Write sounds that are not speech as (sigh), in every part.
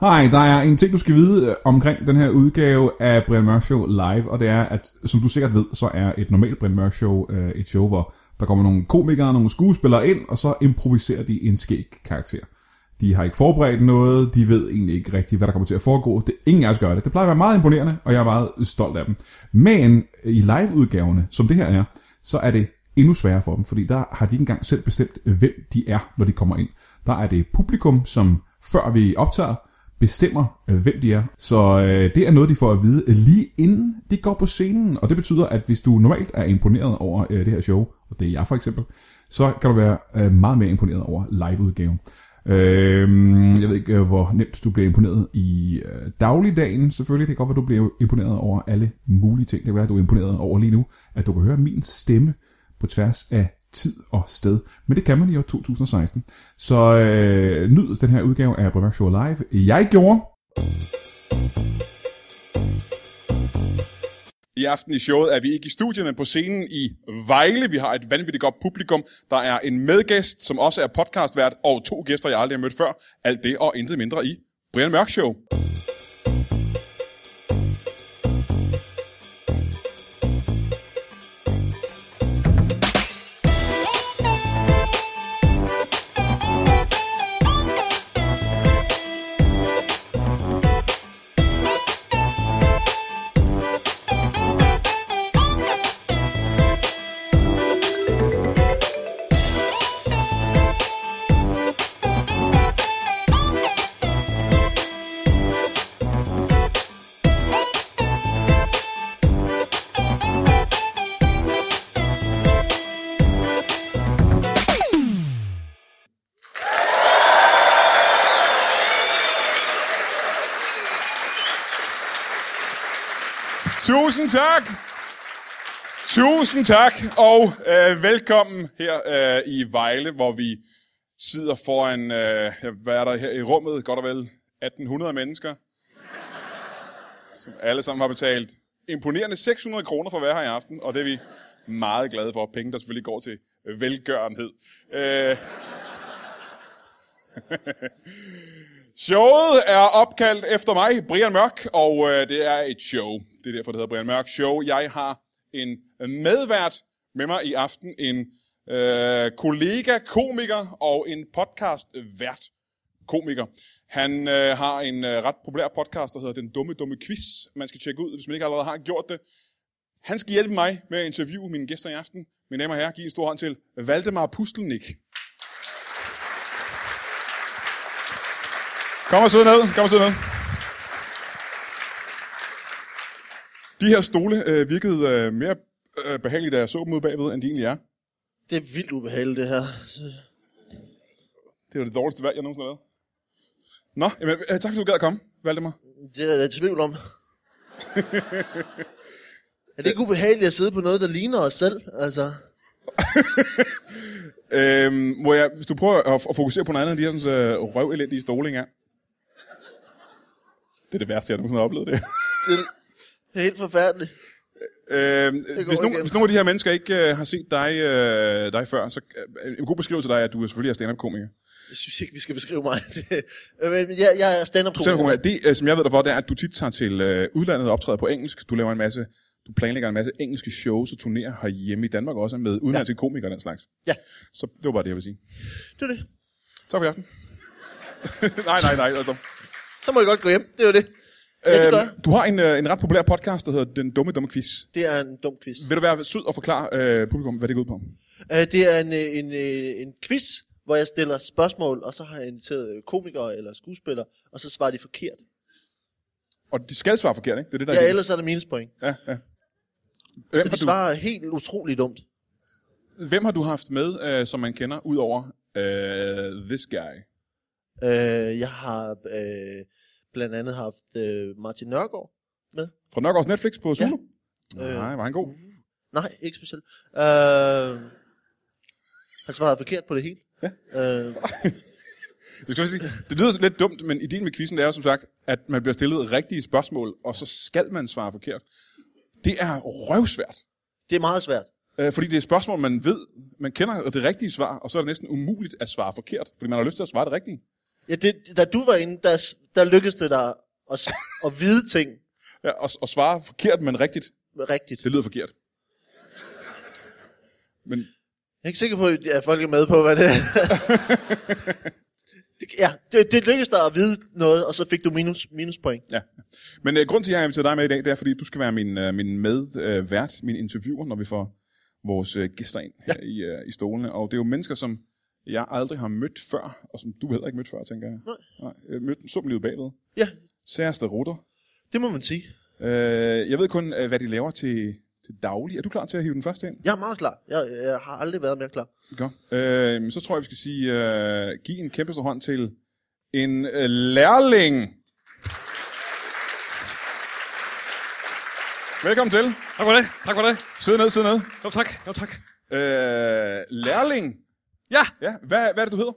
Hej, der er en ting, du skal vide øh, omkring den her udgave af Brian Mørk Show live, og det er, at som du sikkert ved, så er et normalt Brian Mørk Show øh, et show, hvor der kommer nogle komikere, nogle skuespillere ind, og så improviserer de en skæg karakter. De har ikke forberedt noget, de ved egentlig ikke rigtigt, hvad der kommer til at foregå. Det, ingen af os gør det. Det plejer at være meget imponerende, og jeg er meget stolt af dem. Men i live-udgaverne, som det her er, så er det endnu sværere for dem, fordi der har de ikke engang selv bestemt, hvem de er, når de kommer ind. Der er det publikum, som før vi optager, bestemmer, øh, hvem de er. Så øh, det er noget, de får at vide øh, lige inden de går på scenen. Og det betyder, at hvis du normalt er imponeret over øh, det her show, og det er jeg for eksempel, så kan du være øh, meget mere imponeret over liveudgaven. Øh, jeg ved ikke, øh, hvor nemt du bliver imponeret i øh, dagligdagen selvfølgelig. Det kan godt være, du bliver imponeret over alle mulige ting. Det kan være, at du er imponeret over lige nu, at du kan høre min stemme på tværs af tid og sted. Men det kan man i år 2016. Så øh, nyd den her udgave af Brian Mørk Show Live. Jeg gjorde... I aften i showet er vi ikke i studiet, men på scenen i Vejle. Vi har et vanvittigt godt publikum. Der er en medgæst, som også er podcastvært, og to gæster, jeg aldrig har mødt før. Alt det og intet mindre i Brian Mørk Show. Tusind tak! Tusind tak, og øh, velkommen her øh, i Vejle, hvor vi sidder foran, øh, ja, hvad er der her i rummet, godt og vel 1800 mennesker, som alle sammen har betalt imponerende 600 kroner for at være her i aften, og det er vi meget glade for. Penge, der selvfølgelig går til velgørenhed. Øh, Showet er opkaldt efter mig, Brian Mørk, og øh, det er et show. Det er derfor, det hedder Brian Mørk Show. Jeg har en medvært med mig i aften, en øh, kollega, komiker og en podcast vært komiker. Han øh, har en øh, ret populær podcast, der hedder Den Dumme Dumme Quiz. Man skal tjekke ud, hvis man ikke allerede har gjort det. Han skal hjælpe mig med at interviewe mine gæster i aften. Mine damer og herrer, giv en stor hånd til Valdemar Pustelnik. Kom og sidde ned, kom og sidde ned. De her stole øh, virkede øh, mere øh, behagelige, da jeg så dem ude bagved, end de egentlig er. Det er vildt ubehageligt, det her. Det var det dårligste valg, jeg nogensinde har lavet. Nå, jamen, øh, tak fordi du gad at komme, Valdemar. Det er jeg i tvivl (laughs) om. er det ikke ubehageligt at sidde på noget, der ligner os selv? Altså, Øhm, må jeg, hvis du prøver at, at fokusere på noget andet end de her sådan, øh, røvelendige stole, ikke er. Det er det værste, jeg nogensinde har oplevet det. (laughs) det er- det er helt forfærdeligt. Øhm, går hvis, nogen, igen. hvis nogle af de her mennesker ikke øh, har set dig, øh, dig før, så øh, en god beskrivelse af dig er, at du er selvfølgelig er stand-up-komiker. Jeg synes ikke, vi skal beskrive mig. Det- (laughs) Men jeg, jeg er stand up Stand-up-komiker, det øh, som jeg ved dig for, det er, at du tit tager til øh, udlandet og optræder på engelsk. Du laver en masse, du planlægger en masse engelske shows og turnerer herhjemme i Danmark også med udenlandske ja. komikere og den slags. Ja, Så det var bare det, jeg ville sige. det er det. Tak for i aften. (laughs) nej, nej, nej. Altså. Så må jeg godt gå hjem, det er jo det. Ja, det gør jeg. Øhm, du har en, øh, en ret populær podcast, der hedder Den Dumme Dumme Quiz. Det er en dum quiz. Vil du være sød og forklare øh, publikum, hvad det går ud på? Øh, Det er en, øh, en, øh, en quiz, hvor jeg stiller spørgsmål, og så har jeg inviteret øh, komikere eller skuespillere, og så svarer de forkert. Og de skal svare forkert, ikke? Det er det, der er Ja, ideen. ellers er det minuspoint. Ja, ja. Så Hvem, de har svarer helt utroligt dumt. du, hvem har du haft med, øh, som man kender, ud over øh, this guy? Øh, jeg har øh, blandt andet haft øh, Martin Nørgaard. Fra Nørgaards Netflix på Zulu? Ja. Øh. Nej, var han god? Nej, ikke specielt. Øh, han svarede forkert på det hele. Ja. Øh, Det, skal jeg sige, det lyder lidt dumt, men ideen med quizzen er jo som sagt, at man bliver stillet rigtige spørgsmål, og så skal man svare forkert. Det er røvsvært. det er meget svært. Øh, fordi det er et spørgsmål, man ved, man kender det rigtige svar, og så er det næsten umuligt at svare forkert, fordi man har lyst til at svare det rigtige. Ja, det, da du var inde, der, der lykkedes det dig at, s- at vide ting Ja, og, og svare forkert, men rigtigt. rigtigt. Det lyder forkert. Men Jeg er ikke sikker på, at folk er med på, hvad det er. Det- ja, det, det lykkedes dig at vide noget, og så fik du minus, minuspoint. Ja. Men øh, grund til, at jeg har inviteret dig med i dag, det er, fordi du skal være min, øh, min medvært, øh, vært, min interviewer, når vi får vores øh, gæster ind her ja. i, øh, i stolene. Og det er jo mennesker, som jeg aldrig har mødt før, og som du heller ikke mødt før, tænker jeg. Nej. Nej jeg mødte dem så livet bagved. Ja, Særste rutter. det må man sige. Øh, jeg ved kun, øh, hvad de laver til, til daglig. Er du klar til at hive den første ind? Jeg er meget klar. Jeg, jeg har aldrig været mere klar. Godt. Øh, så tror jeg, vi skal sige, øh, giv en kæmpe stor hånd til en øh, lærling. Velkommen til. Tak for det, tak for det. Sid ned, sid ned. Jo tak, jo tak. Øh, lærling. Ja, Ja, hvad, hvad er det, du hedder?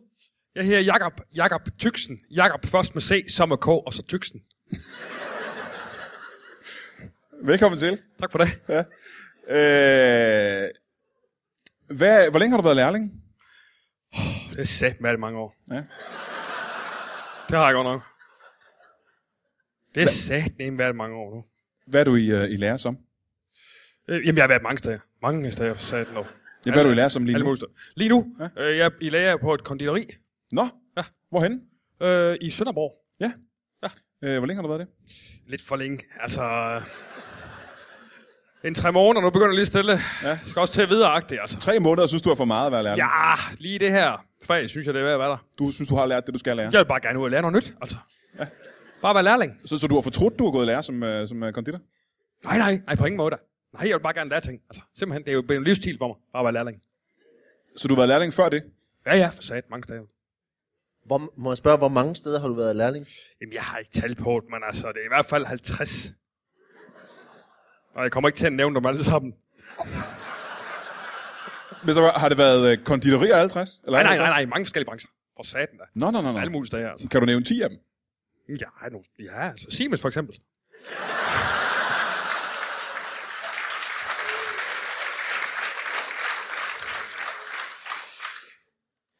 jeg hedder Jakob Jakob Tyksen. Jakob først med C, så med K, og så Tyksen. Velkommen til. Tak for det. Øh, hvad, hvor længe har du været lærling? Det er sat med det mange år. Ja. Det har jeg godt nok. Det er sat med været mange år nu. Hvad er du i, øh, i lære som? Øh, Jamen, jeg har været mange steder. Mange steder, sat lov. Ja, hvad er du i lære som lige Alle nu? mulige steder. Lige nu, øh, jeg er i lærer på et konditori Nå, ja. hvorhen? øh, i Sønderborg. Ja. Øh, hvor længe har du været det? Lidt for længe. Altså, øh, en tre måneder, nu begynder jeg lige stille. Ja. Skal også til at videre, altså. Tre måneder synes du er for meget at være lærling. Ja, lige det her fag, synes jeg, det er værd at være der. Du synes, du har lært det, du skal lære. Jeg vil bare gerne ud og lære noget nyt, altså. Ja. Bare være lærling. Så, så du har fortrudt, du har gået i lære som, øh, som øh, konditor? Nej, nej, nej, på ingen måde da. Nej, jeg vil bare gerne lære ting. Altså, simpelthen, det er jo blevet en livsstil for mig. Bare at være lærling. Så du har været lærling før det? Ja, ja, for sat, mange steder. Hvor, må jeg spørge, hvor mange steder har du været lærling? Jamen, jeg har ikke tal på det, men altså, det er i hvert fald 50. Og jeg kommer ikke til at nævne dem alle sammen. Men så var- har det været øh, konditorier 50? Eller Nej, nej, nej, 51? nej, mange forskellige brancher. For satan da. Nå, nå, nå, nå. Alle mulige steder, altså. Kan du nævne 10 af dem? Ja, jeg er nogle, ja altså. Siemens for eksempel.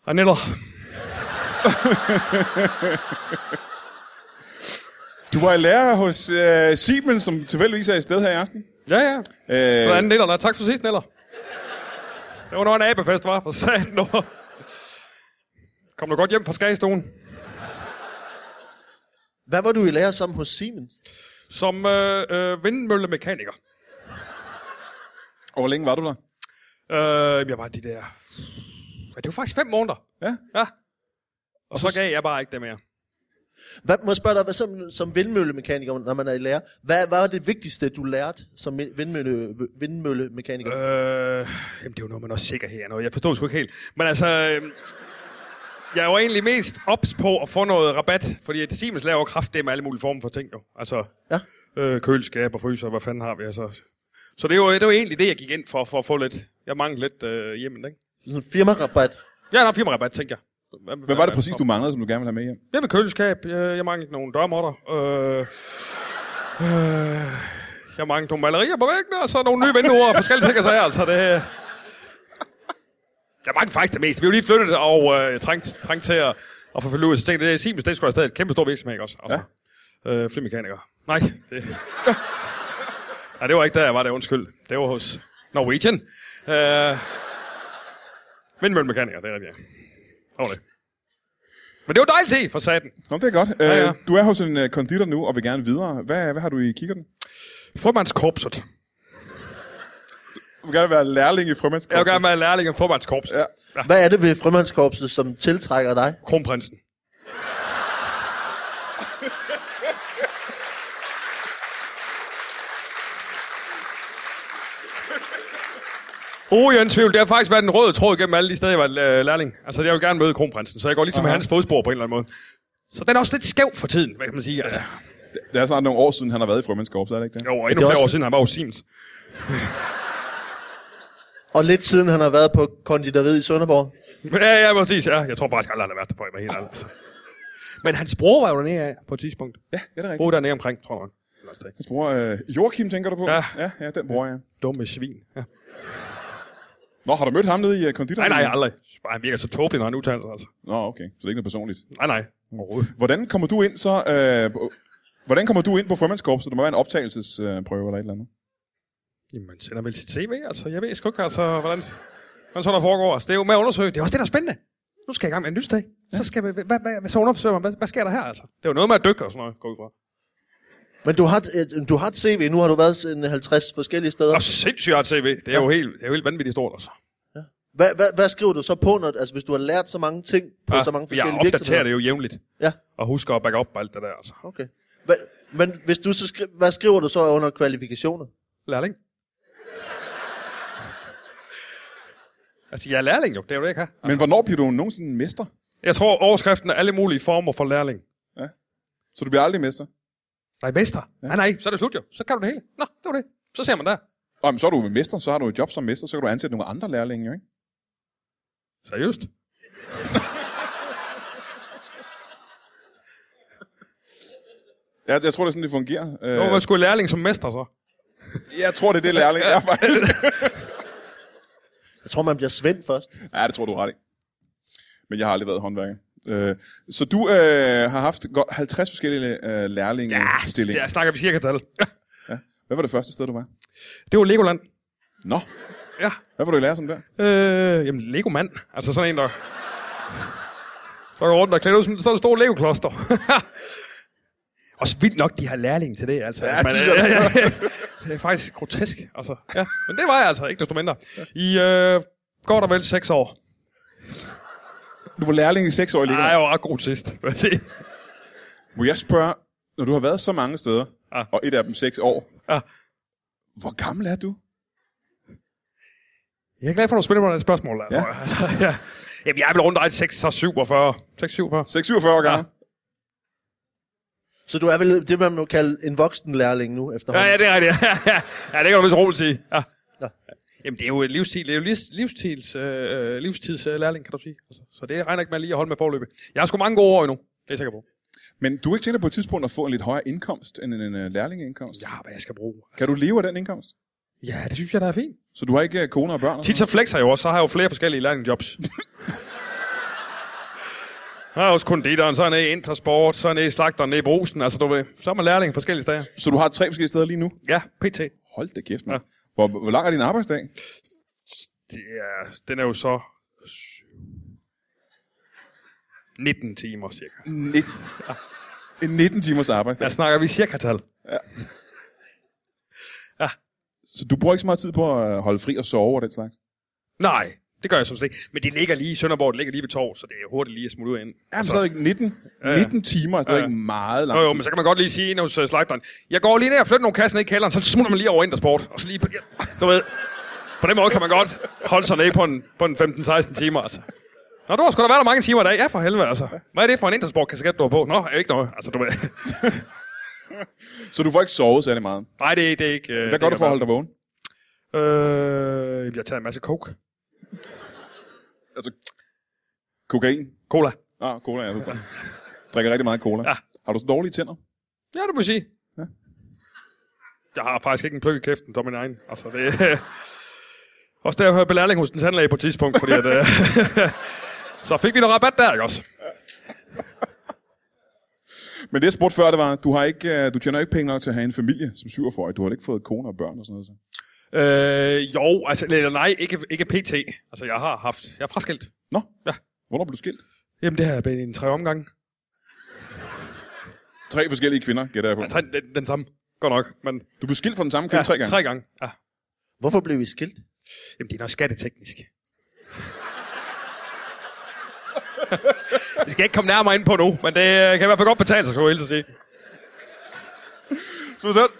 Hej, Neller. Du var i lære hos øh, Siemens, som tilfældigvis er i sted her i aften. Ja, ja. Øh, Hvordan Neller? Nej, tak for sidst, (laughs) Neller. Det var når en abefest, var for satan over. Kom du godt hjem fra skagestuen? Hvad var du i lære som hos Siemens? Som øh, øh, vindmøllemekaniker. og hvor længe var du der? Øh, jeg var de der... Ja, det var faktisk fem måneder. Ja. Ja. Og så gav jeg bare ikke det mere. Hvad, må jeg spørge dig, hvad som, som vindmøllemekaniker, når man er i lære, hvad, hvad var det vigtigste, du lærte som mi- vindmølle, vindmøllemekaniker? Øh. Øh, jamen, det er jo noget med noget sikkerhed og noget. Jeg forstår det sgu ikke helt. Men altså, øh, jeg var egentlig mest ops på at få noget rabat, fordi at Siemens laver kraft det med alle mulige former for ting, jo. Altså, Ja. øh, køleskab og fryser, hvad fanden har vi altså. Så det var, det var egentlig det, jeg gik ind for, for at få lidt. Jeg manglede lidt øh, hjemmen, ikke? Sådan en firmarabat. Ja, der er firmarabat, tænkte jeg. Hvad, Hvad var det præcis, du manglede, som du gerne ville have med hjem? Det med køleskab. Jeg, jeg manglede nogle dørmåtter. Øh, øh, jeg manglede nogle malerier på væggene, og så nogle nye vinduer og forskellige ting og sager. Altså, det, jeg manglede faktisk det meste. Vi er jo lige flyttet, og øh, jeg trængte, trængte til at, at få fyldt ud. Så tænkte jeg, det er Siemens, det skulle stadig et kæmpe stor virksomhed, ikke også? Altså, ja. øh, flymekaniker. Nej, det... Nej, det var ikke der, jeg var der, undskyld. Det var hos Norwegian. Øh, vindmøllemekaniker, det er rigtigt. ja. Det var det. Men det var dejligt at se for saten. Nå, det er godt. Øh, Ja, ja. Du er hos en øh, konditor nu, og vil gerne videre. Hvad, hvad har du i kikkerten? Frømandskorpset. Du vil gerne være lærling i Jeg vil frømandskorpset. gerne være lærling af frømandskorpset. Ja. Ja. Hvad er det ved frømandskorpset, som tiltrækker dig? (laughs) Kronprinsen. Oh, uden tvivl. Det har faktisk været en rød tråd gennem alle de steder, jeg var øh, lærling. Altså, jeg vil gerne møde kronprinsen, så jeg går ligesom i hans fodspor på en eller anden måde. Så den er også lidt skæv for tiden, hvad kan man sige. Altså, Det er snart nogle år siden, han har været i frømandskorpset, er det ikke det? jo, og endnu det er flere år også- siden, han var hos Siemens. Og lidt siden han har været på konditoriet i Sønderborg. Ja, ja, præcis. Ja. Jeg tror faktisk aldrig, han har været der på, jeg var helt ærlig. (laughs) Altså. Men hans bror var jo dernede af på et tidspunkt. Ja, ja det er rigtigt. Bror dernede omkring, tror jeg nok. Eller også det ikke. Hans bror, øh, Joachim, tænker du på? Ja. Ja, ja den bruger jeg. Dumme svin. Ja. Nå, har du mødt ham nede i øh, konditor? Nej, nej, aldrig. Ej, Han virker så tåbelig, når han udtaler sig, altså. Nå, okay. Så det er ikke noget personligt. Nej, nej. Overhovedet. Hvordan kommer du ind så... Øh, på- hvordan kommer du ind på frømandskorpset? Der må være en optagelsesprøve øh, prøve eller et eller andet. Jamen, man sender vel sit CV, altså. Jeg ved sgu ikke, altså, hvordan, hvordan så der foregår. Altså, det er jo med at undersøge. Det er også det, der er spændende. Nu skal jeg i gang med en lysdag. Så skal vi, hvad, hvad, hvad, så undersøger man, hvad, hvad, sker der her, altså? Det er jo noget med at dykke og sådan noget, går jeg ud fra. Men du har, et- et- du har et CV, nu har du været sådan 50 forskellige steder. Og sindssygt jeg har et CV. Det er jo helt, det er jo helt vanvittigt stort, altså. Hvad, hvad, hvad skriver du så på, når, altså, hvis du har lært så mange ting på ja, så mange jeg forskellige opdaterer virksomheder? det jo jævnligt. Ja, Og husker at bakke op på alt det der, altså. okay. Hvad, men hvis du så skri, hvad skriver du så under kvalifikationer? Lærling. altså, jeg er lærling jo. Det er jo det, jeg kan. Men hvornår bliver du nogensinde mester? Jeg tror, overskriften er alle mulige former for lærling. Så du bliver aldrig mester? Nej, mester. Ja. Nej, nej, så er det slut jo. Så kan du det hele. Nå, det var det. Så ser man der. Nå, men så er du mester, så har du et job som mester, så kan du ansætte nogle andre lærlinge, jo, ikke? Seriøst? Jeg, jeg tror, det er sådan, det fungerer. Øh, Hvorfor skulle lærling som mester så? jeg tror, det er det, lærling er faktisk. (laughs) Jeg tror, man bliver Svend først. ja, det tror du er ret i. Men jeg har aldrig været håndværker. Øh, så du øh, har haft godt 50 forskellige øh, Ah, lærlingestillinger. Der snakker vi cirka tal. Hvad var det første sted, du var? Det var Legoland. Nå, Ja. hvad var du i lære som der? Øh, jamen, Legomand. Altså sådan en, der... Så går rundt og klæder ud som sådan en stor legokloster. (laughs) Også vildt nok, de har lærling til det, altså. Ja, det synes jeg. det er (laughs) faktisk grotesk, altså. Ja, men det var jeg altså, ikke desto mindre. I øh, går der vel seks år. Du var lærling i 6 år i Nej, Legoland. jeg var ret god sidst. vil jeg sige. Må jeg spørge, når du har været så mange steder, Ah. og et af dem 6 år, Ja. hvor gammel er du? Jeg er glad for, at du spiller på det spørgsmål, altså. Ja. Ja. (laughs) altså ja. Jamen, jeg er vel rundt og 6 og 47. 6, 47. 6-47 år gammel? Så du er vel det, man må kalde en voksen lærling nu Ja, efterhånden? ja, det er rigtigt. (laughs) Ja, ja, ja det kan du vist roligt sige. Ja. Nå. Jamen, det er jo et livsstil, det er jo livs, livstils, øh, livstids øh, lærling, kan du sige. Altså, så det regner ikke med lige at holde med forløbet. Jeg har sgu mange gode år endnu, det er jeg sikker på. Men du er ikke tænkt dig på et tidspunkt at få en lidt højere indkomst end en, en øh, lærlingeindkomst? Ja, hvad jeg skal bruge. Altså, Kan du leve af den indkomst? ja, det synes jeg, der er fint. Så du har ikke øh, kone og børn? og Tit så flexer jeg jo også, så har jeg jo flere forskellige (laughs) lærlingjobs. Jeg har også konditoren, så er jeg nede i Intersport, så er jeg nede i slagteren, nede i brusen. Altså, du ved, så er man lærling forskellige steder. sådan noget? Så du har tre forskellige steder lige nu? Ja, pt. Hold da kæft, mand. Hvor, hvor lang er din arbejdsdag? Det er, den er jo så... syv- 19 timer, cirka. Net, en 19 timers arbejdsdag. Der snakker vi cirka tal. Så du bruger ikke så meget tid på at øh, holde fri og sove og den slags? Nej, det gør jeg sådan set ikke. Men det ligger lige i Sønderborg, det ligger lige ved Torv, så det er hurtigt lige at smutte ud ind. Altså, Ja, men stadigvæk 19, 19 timer er stadigvæk meget lang Jo, jo, tid. men så kan man godt lige sige ind hos øh, slagteren, jeg går lige ned og flytter nogle kasser ned i kælderen, så smutter man lige over Intersport, og så lige, ja, du ved, på den måde kan man godt holde sig ned på en, på en 15-16 timer, altså. Nå, du har sgu da været der mange timer i dag. Ja, for helvede, altså. Hvad er det for en Intersport-kasket, du har på? Nå, er ikke noget. Altså, du ved. (laughs) Så du får ikke sovet særlig meget. Nej, det, er- det er ikke... Øh, Hvad gør du for at holde dig vågen? holde Øh, jeg tager en masse coke. Altså, kokain? Cola. Ah, cola, ja. Du drikker rigtig meget cola. Ja. Har du så dårlige tænder? Ja, det må jeg sige. Ja. Jeg har faktisk ikke en pløk i kæften, som min egen. Altså, det, (laughs) også der jeg hørte belærling hos den tandlæge på et tidspunkt, fordi at, øh, (laughs) så fik vi noget rabat der, ikke også? Men det jeg spurgte før, det var, du, har ikke, øh, du tjener ikke penge nok til at have en familie som 47 Du har da ikke fået kone og børn og sådan noget. Så. Øh, jo, altså, eller nej, ikke, ikke pt. Altså, jeg har haft, jeg er fraskilt. Nå, Ja. hvornår blev du skilt? Jamen, det har jeg blevet en tre omgange. Tre forskellige kvinder, gætter jeg på. Ja, tre, den, den samme. Godt nok, men... Du blev skilt fra den samme kvinde Ja, ja, tre gange. Tre gange, ja. Hvorfor blev vi skilt? Jamen, det er noget skatteteknisk. det skal jeg ikke komme nærmere ind på nu, men det øh, kan i hvert fald godt betale sig, skulle jeg hilse at sige. Så selv.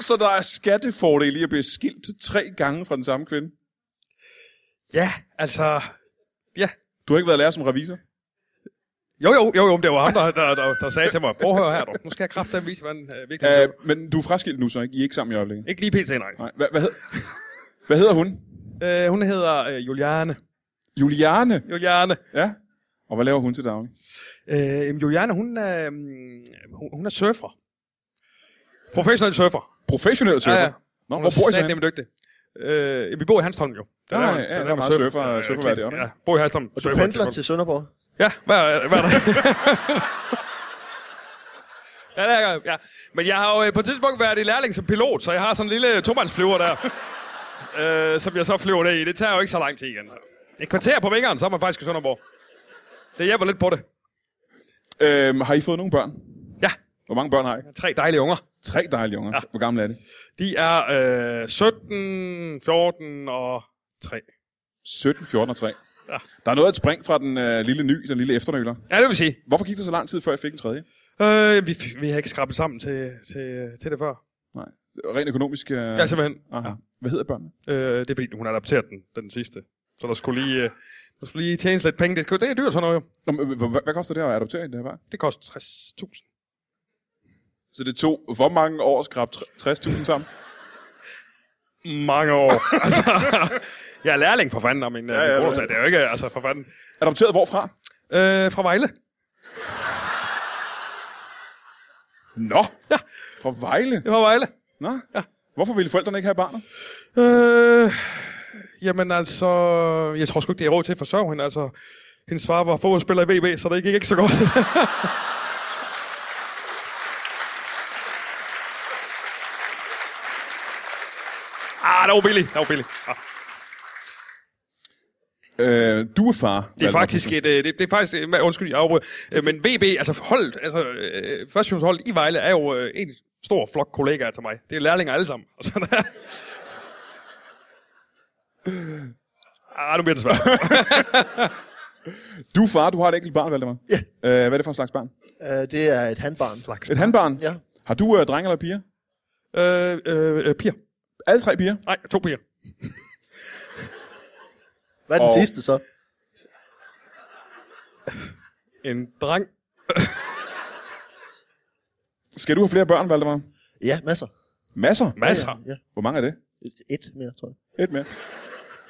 Så der er skattefordel i at blive skilt tre gange fra den samme kvinde. Ja, altså... Ja. Du har ikke været lærer som revisor. Jo, jo, jo, jo, men det var ham, der, der, der, der sagde til mig, prøv at høre her, du. nu skal jeg kraftedeme vise, hvordan øh, virkelig Øh, øh, men du er fraskilt nu så, ikke? I er ikke sammen i øjeblikket? Ikke lige pt, nej. Nej. Hvad, hvad, hed, hvad hedder hun? Øh, hun hedder øh, Juliane. Juliane. Juliane. Ja. Og hvad laver hun til daglig? mm, Øh, jamen, Juliane, hun er, øh, hun, hun er surfer. Professionel surfer. Professionel surfer? Ja, Nå, hvor bor I så Hun henne? er dygtig. Øh, vi bor i Hanstholm jo. Det Nå, der, ja, man- ja, det der er meget man surfer- Ja, surferværdig klart. op, ikke? øh, Ja, bor i Hanstholm. Du pendler til Sønderborg. Ja, hver, hver dag. ja, det er, jeg. ja. Men jeg har jo øh, på et tidspunkt været i lærling som pilot, så jeg har sådan en lille tomandsflyver der, øh, som jeg så flyver ned i. Det tager jo ikke så lang tid igen. Et kvarter på vingeren, så er man faktisk i Sønderborg. Det hjælper lidt på det. Øhm, har I fået nogle børn? Ja, Hvor mange børn har I? tre dejlige unger. Tre dejlige unger. Ja. Hvor gamle er de? De er øh, 17, 14 og 3. 17, 14 og 3. Ja. Der er noget at springe fra den øh, lille ny, den lille efternøler. Ja, det vil sige. Hvorfor gik det så lang tid, før jeg fik en tredje? Øh, vi, vi har ikke skrabet sammen til, til, til det før. Nej. Rent økonomisk... Øh... Ja, simpelthen. Aha. Hvad hedder børnene? Øh, det er fordi, hun har adopteret den, den sidste. Så der skulle lige, øh, der skulle lige tjenes lidt penge. Det, skulle- det er dyrt sådan noget jo. Nå, men, øh, Hvad, hvad koster det at adoptere en, det her barn? Det koster 60.000. Så det tog hvor mange år at skrabe tre- 60.000 sammen? (laughs) Mange år. (laughs) altså, jeg er lærling for fanden, og min, ja, ja, ja, det er min bror sagde, det er jo ikke, altså for fanden. Adopteret hvorfra? Øh, fra Vejle. Nå, ja. fra Vejle. Det var Vejle. Nå. Ja. Hvorfor ville forældrene ikke have barnet? Øh, jamen altså, jeg tror sgu ikke, det er råd til at forsørge hende. Altså, hendes far var fodboldspiller i VB, så det gik ikke så godt. (laughs) ah, det var billigt. Det var billigt. Ah. Øh, du er far. Det er faktisk et, øh, det, det er faktisk, øh, hvad- undskyld, jeg afbryder, Øh, men VB, altså holdet, altså øh, førstehjulsholdet i Vejle er jo øh, en stor flok kollegaer til mig. Det er lærlinger alle sammen. (laughs) Og sådan der. Ah, nu bliver det svært. Du er far, du har et enkelt barn, Valdemar. Ja. Øh, hvad er det for en slags barn? Øh, det er et handbarn. Et handbarn? Ja. Har du øh, drenge eller piger? øh, øh, øh, piger. Alle tre piger? Nej, to piger. Hvad er den Og- sidste så? En dreng. Skal du have flere børn, Valdemar? Ja, masser. Masser? Masser. Ja, Hvor mange er det? Et- Et mere, tror jeg. Et mere.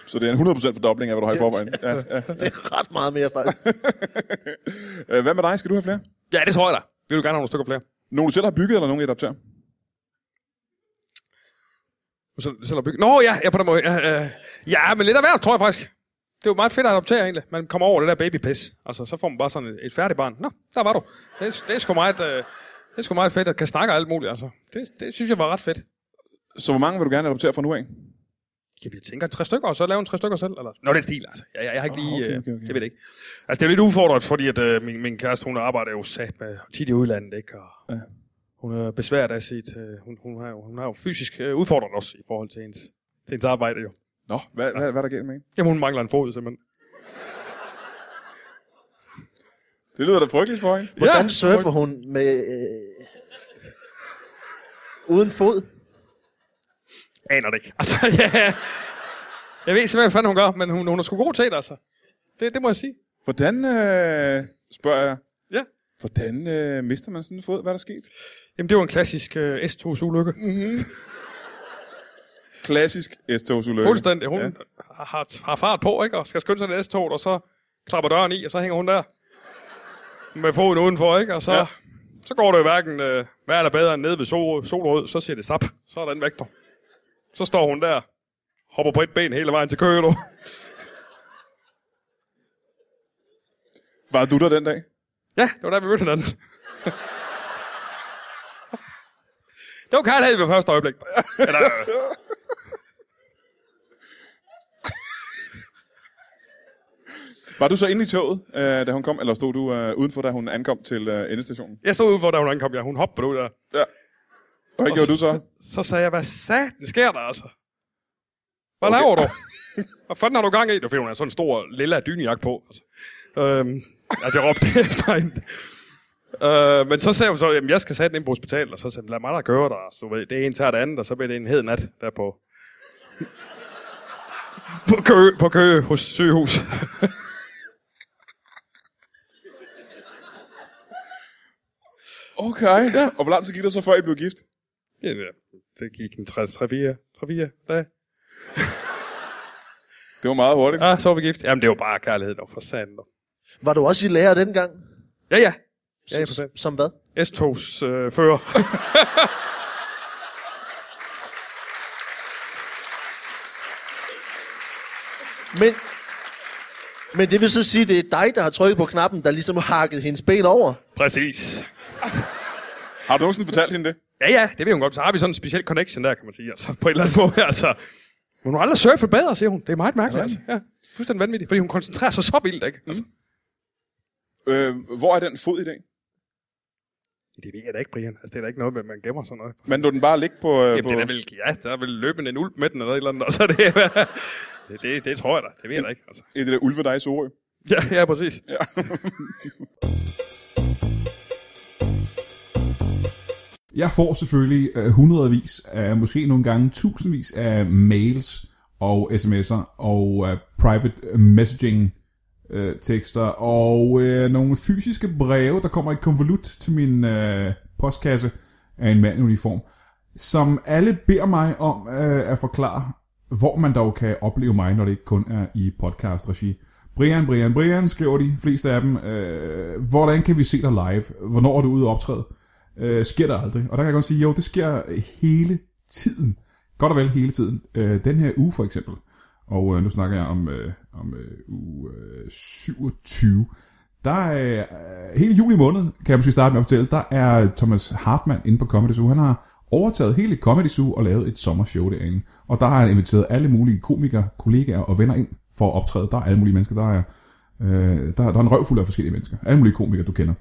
Så det er en 100% fordobling af, hvad du har i forvejen. Ja, ja. Det er ret meget mere, (laughs) faktisk. Øh, Hvad med dig? Skal du have flere? Ja, det tror jeg da. Vi vil gerne have nogle stykker flere. Nogen du selv har bygget, eller nogen I adopterer? Du Selv, selv at bygge. Nå, ja, ja, på den måde. Ja, øh, ja, men lidt af hvert, tror jeg faktisk. Det er jo meget fedt at adoptere egentlig. Man kommer over det der babypis. Altså, så får man bare sådan et, et færdigt barn. Nå, der var du. Det, er- det er sgu meget, øh, det er sgu meget fedt at kan snakke og alt muligt. Altså. Det, det synes jeg var ret fedt. Så hvor mange vil du gerne adoptere fra nu af? Jamen, jeg tænker tre stykker, og så lave en tre stykker selv. Eller? Nå, det er stil, altså. Jeg, jeg, jeg har ikke Ah, lige... okay, øh, okay, okay. Jeg ved det ikke. Altså, det er jo lidt udfordret, fordi at, øh, min, min kæreste, hun arbejder jo sat med tit i udlandet, ikke? Og ja. Hun er besværet af sit... Øh, hun, hun, har jo, hun har jo fysisk øh, udfordret også i forhold til hendes, til hendes arbejde, jo. Nå, hvad, ja. hvad, hvad er der galt med en? Jamen, hun mangler en fod, simpelthen. Det lyder da frygteligt for hende. Hvordan surfer hun med... Øh, uden fod? Aner det ikke. Altså, (laughs) ja. Jeg ved simpelthen, hvad fanden hun gør, men hun, hun er sgu god til det, altså. Det, det må jeg sige. Hvordan, øh, spørger jeg, Ja. hvordan øh, mister man sådan en fod? Hvad er der sket? Jamen, det var en klassisk øh, S2-ulykke. Mm. Mhm. Klassisk S-togsulykke. Fuldstændig. Hun ja. har, har fart på, ikke? Og skal skynde sig til S2, og så klapper døren i, og så hænger hun der. Med foden udenfor, ikke? Og så, Ja. ja. så går det jo hverken øh, hvad er der bedre end nede ved sol, Solrød, så siger det sap. Så er den væk, dog. Så står hun der, hopper på et ben hele vejen til Køge, du. Var du der den dag? (laughs) Ja, det var der, vi mødte hinanden. (laughs) det var kærlighed ved første øjeblik. Eller, Var du så inde i toget, øh, da hun kom, eller stod du øh, udenfor, da hun ankom til øh, endestationen? jeg stod udenfor, da hun ankom. Ja, hun hoppede ud der. Ja. Og hvad gjorde du så? Så sagde jeg, hvad satan sker der altså? Hvad okay. laver du? (laughs) Hvad fanden har du gang i? Det var, fordi hun havde sådan en stor lilla dynejakke på. Altså. Øhm, at jeg råbte (laughs) efter hende. Øh, men så sagde hun så, at jeg skal sætte den ind på hospitalet, og så sagde hun, lad mig da gøre det. Altså, du ved, det er en tager det andet, og så bliver det en hed nat der på, (laughs) på, kø, på kø hos sygehus. Okay. Ja. Og hvor lang tid gik det så, før I blev gift? (laughs) Ja, ja. det gik en 3-4 dage. Det var meget hurtigt. Ja, så var vi gift. Jamen, det var bare kærlighed, der var for sandt. Var du også i lærer dengang? Ja, ja. Ja, Som- for sandt. Som hvad? S-togs øh, fører. Men, men det vil så sige, at det er dig, der har trykket på knappen, der ligesom har hakket hendes ben over. (laughs) Præcis. Har du nogensinde fortalt hende det? Ja, ja, det ved hun godt. Så har vi sådan en speciel connection der, kan man sige. Altså, på et eller andet måde, altså. Men hun har aldrig surfet bedre, siger hun. Det er meget mærkeligt, altså. Ja, fuldstændig vanvittigt. Fordi hun koncentrerer sig så vildt, ikke? Altså. Øh, hvor er den fod i dag? Det ved jeg da ikke, Brian. Altså, det er da ikke noget med, at man gemmer sådan noget. Man lå den bare ligge på... Øh, Jamen, på... det er da vel, ja, der er vel løbende en ulv med den eller et eller andet, og så er det, (laughs) det, det, det tror jeg da. Det ved jeg da ikke, altså. Et af det der ulve, der er i Sorø. Ja, ja, præcis. Ja. Jeg får selvfølgelig øh, hundredvis, af, måske nogle gange tusindvis af mails og sms'er og øh, private messaging øh, tekster og øh, nogle fysiske breve, der kommer i konvolut til min øh, postkasse af en mand i uniform, som alle beder mig om øh, at forklare, hvor man dog kan opleve mig, når det ikke kun er i podcast-regi. Brian, Brian, Brian, skriver de fleste af dem. Øh, hvordan kan vi se dig live? Hvornår er du ude og optræde? øh, sker der aldrig. Og der kan jeg godt sige, jo, det sker hele tiden. Godt og vel hele tiden. Øh, den her uge for eksempel. Og øh, nu snakker jeg om, øh, om øh, uge øh, 27. Der er øh, hele juli måned, kan jeg måske starte med at fortælle, der er Thomas Hartmann inde på Comedy Zoo. Han har overtaget hele Comedy Zoo og lavet et sommershow derinde. Og der har han inviteret alle mulige komikere, kollegaer og venner ind for at optræde. Der er alle mulige mennesker, der er, øh, der, der er en røvfuld af forskellige mennesker. Alle mulige komikere, du kender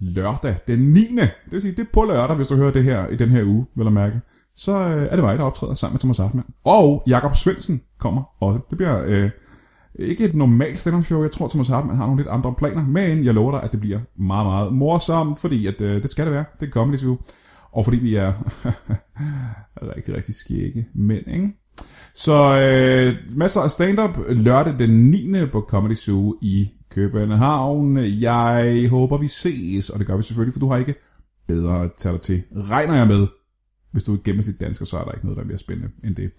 lørdag den 9. Det vil sige, det er på lørdag, hvis du hører det her i den her uge, vil jeg mærke. Så øh, er det mig, der optræder sammen med Thomas Hartmann. Og Jakob Svendsen kommer også. Det bliver øh, ikke et normalt stand show. Jeg tror, Thomas Hartmann har nogle lidt andre planer. Men jeg lover dig, at det bliver meget, meget morsomt, fordi at, øh, det skal det være. Det kommer det uge. Og fordi vi er (laughs) rigtig, rigtig skægge mænd, ikke? Så øh, masser af stand-up lørdag den 9. på Comedy Zoo i København. Jeg håber, vi ses, og det gør vi selvfølgelig, for du har ikke bedre at tage dig til. Regner jeg med. Hvis du er gennemsnit dansker, så er der ikke noget, der bliver spændende end det.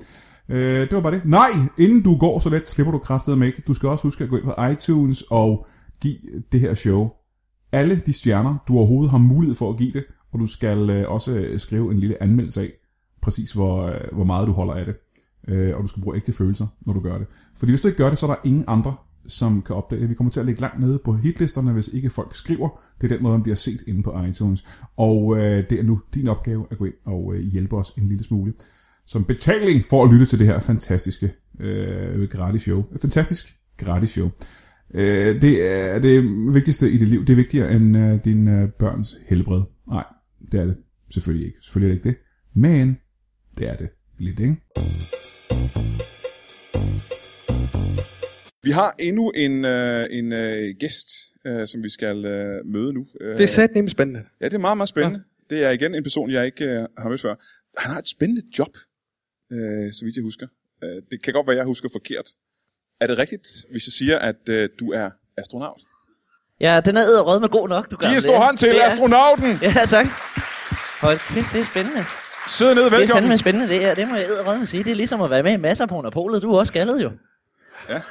Øh, det var bare det. Nej, inden du går så let, slipper du kraftet med ikke. Du skal også huske at gå ind på iTunes og give det her show alle de stjerner, du overhovedet har mulighed for at give det, og du skal øh, også øh, skrive en lille anmeldelse af, præcis hvor, øh, hvor meget du holder af det. Øh, og du skal bruge ægte følelser, når du gør det. Fordi hvis du ikke gør det, så er der ingen andre, som kan opdage det. Vi kommer til at ligge langt nede på hitlisterne, hvis ikke folk skriver. Det er den måde, man bliver set inde på iTunes. Og øh, det er nu din opgave at gå ind og øh, hjælpe os en lille smule. Som betaling for at lytte til det her fantastiske øh, gratis show. Et fantastisk gratis show. Øh, det er det vigtigste i dit liv. Det er vigtigere end øh, din øh, børns helbred. Nej, det er det selvfølgelig ikke. Selvfølgelig er det ikke det. Men det er det lidt, ikke? Vi har endnu en, øh, en øh, gæst, øh, som vi skal øh, møde nu. Øh, Det er sat nemlig spændende. Ja, det er meget, meget spændende. Ja. Det er igen en person, jeg ikke øh, har mødt før. Han har et spændende job, øh, så vidt jeg husker. Øh, det kan godt være, jeg husker forkert. Er det rigtigt, hvis jeg siger, at øh, du er astronaut? Ja, den er æderrød med god nok, du gør. Giv en stor hånd til astronauten! Ja, tak. Hold kæft, det er spændende. Sid ned, Det er velkommen. fandme spændende, det her. Det må jeg æderrød med sige. Det er ligesom at være med i masser på Monopolet. Du er også skaldet jo. Ja.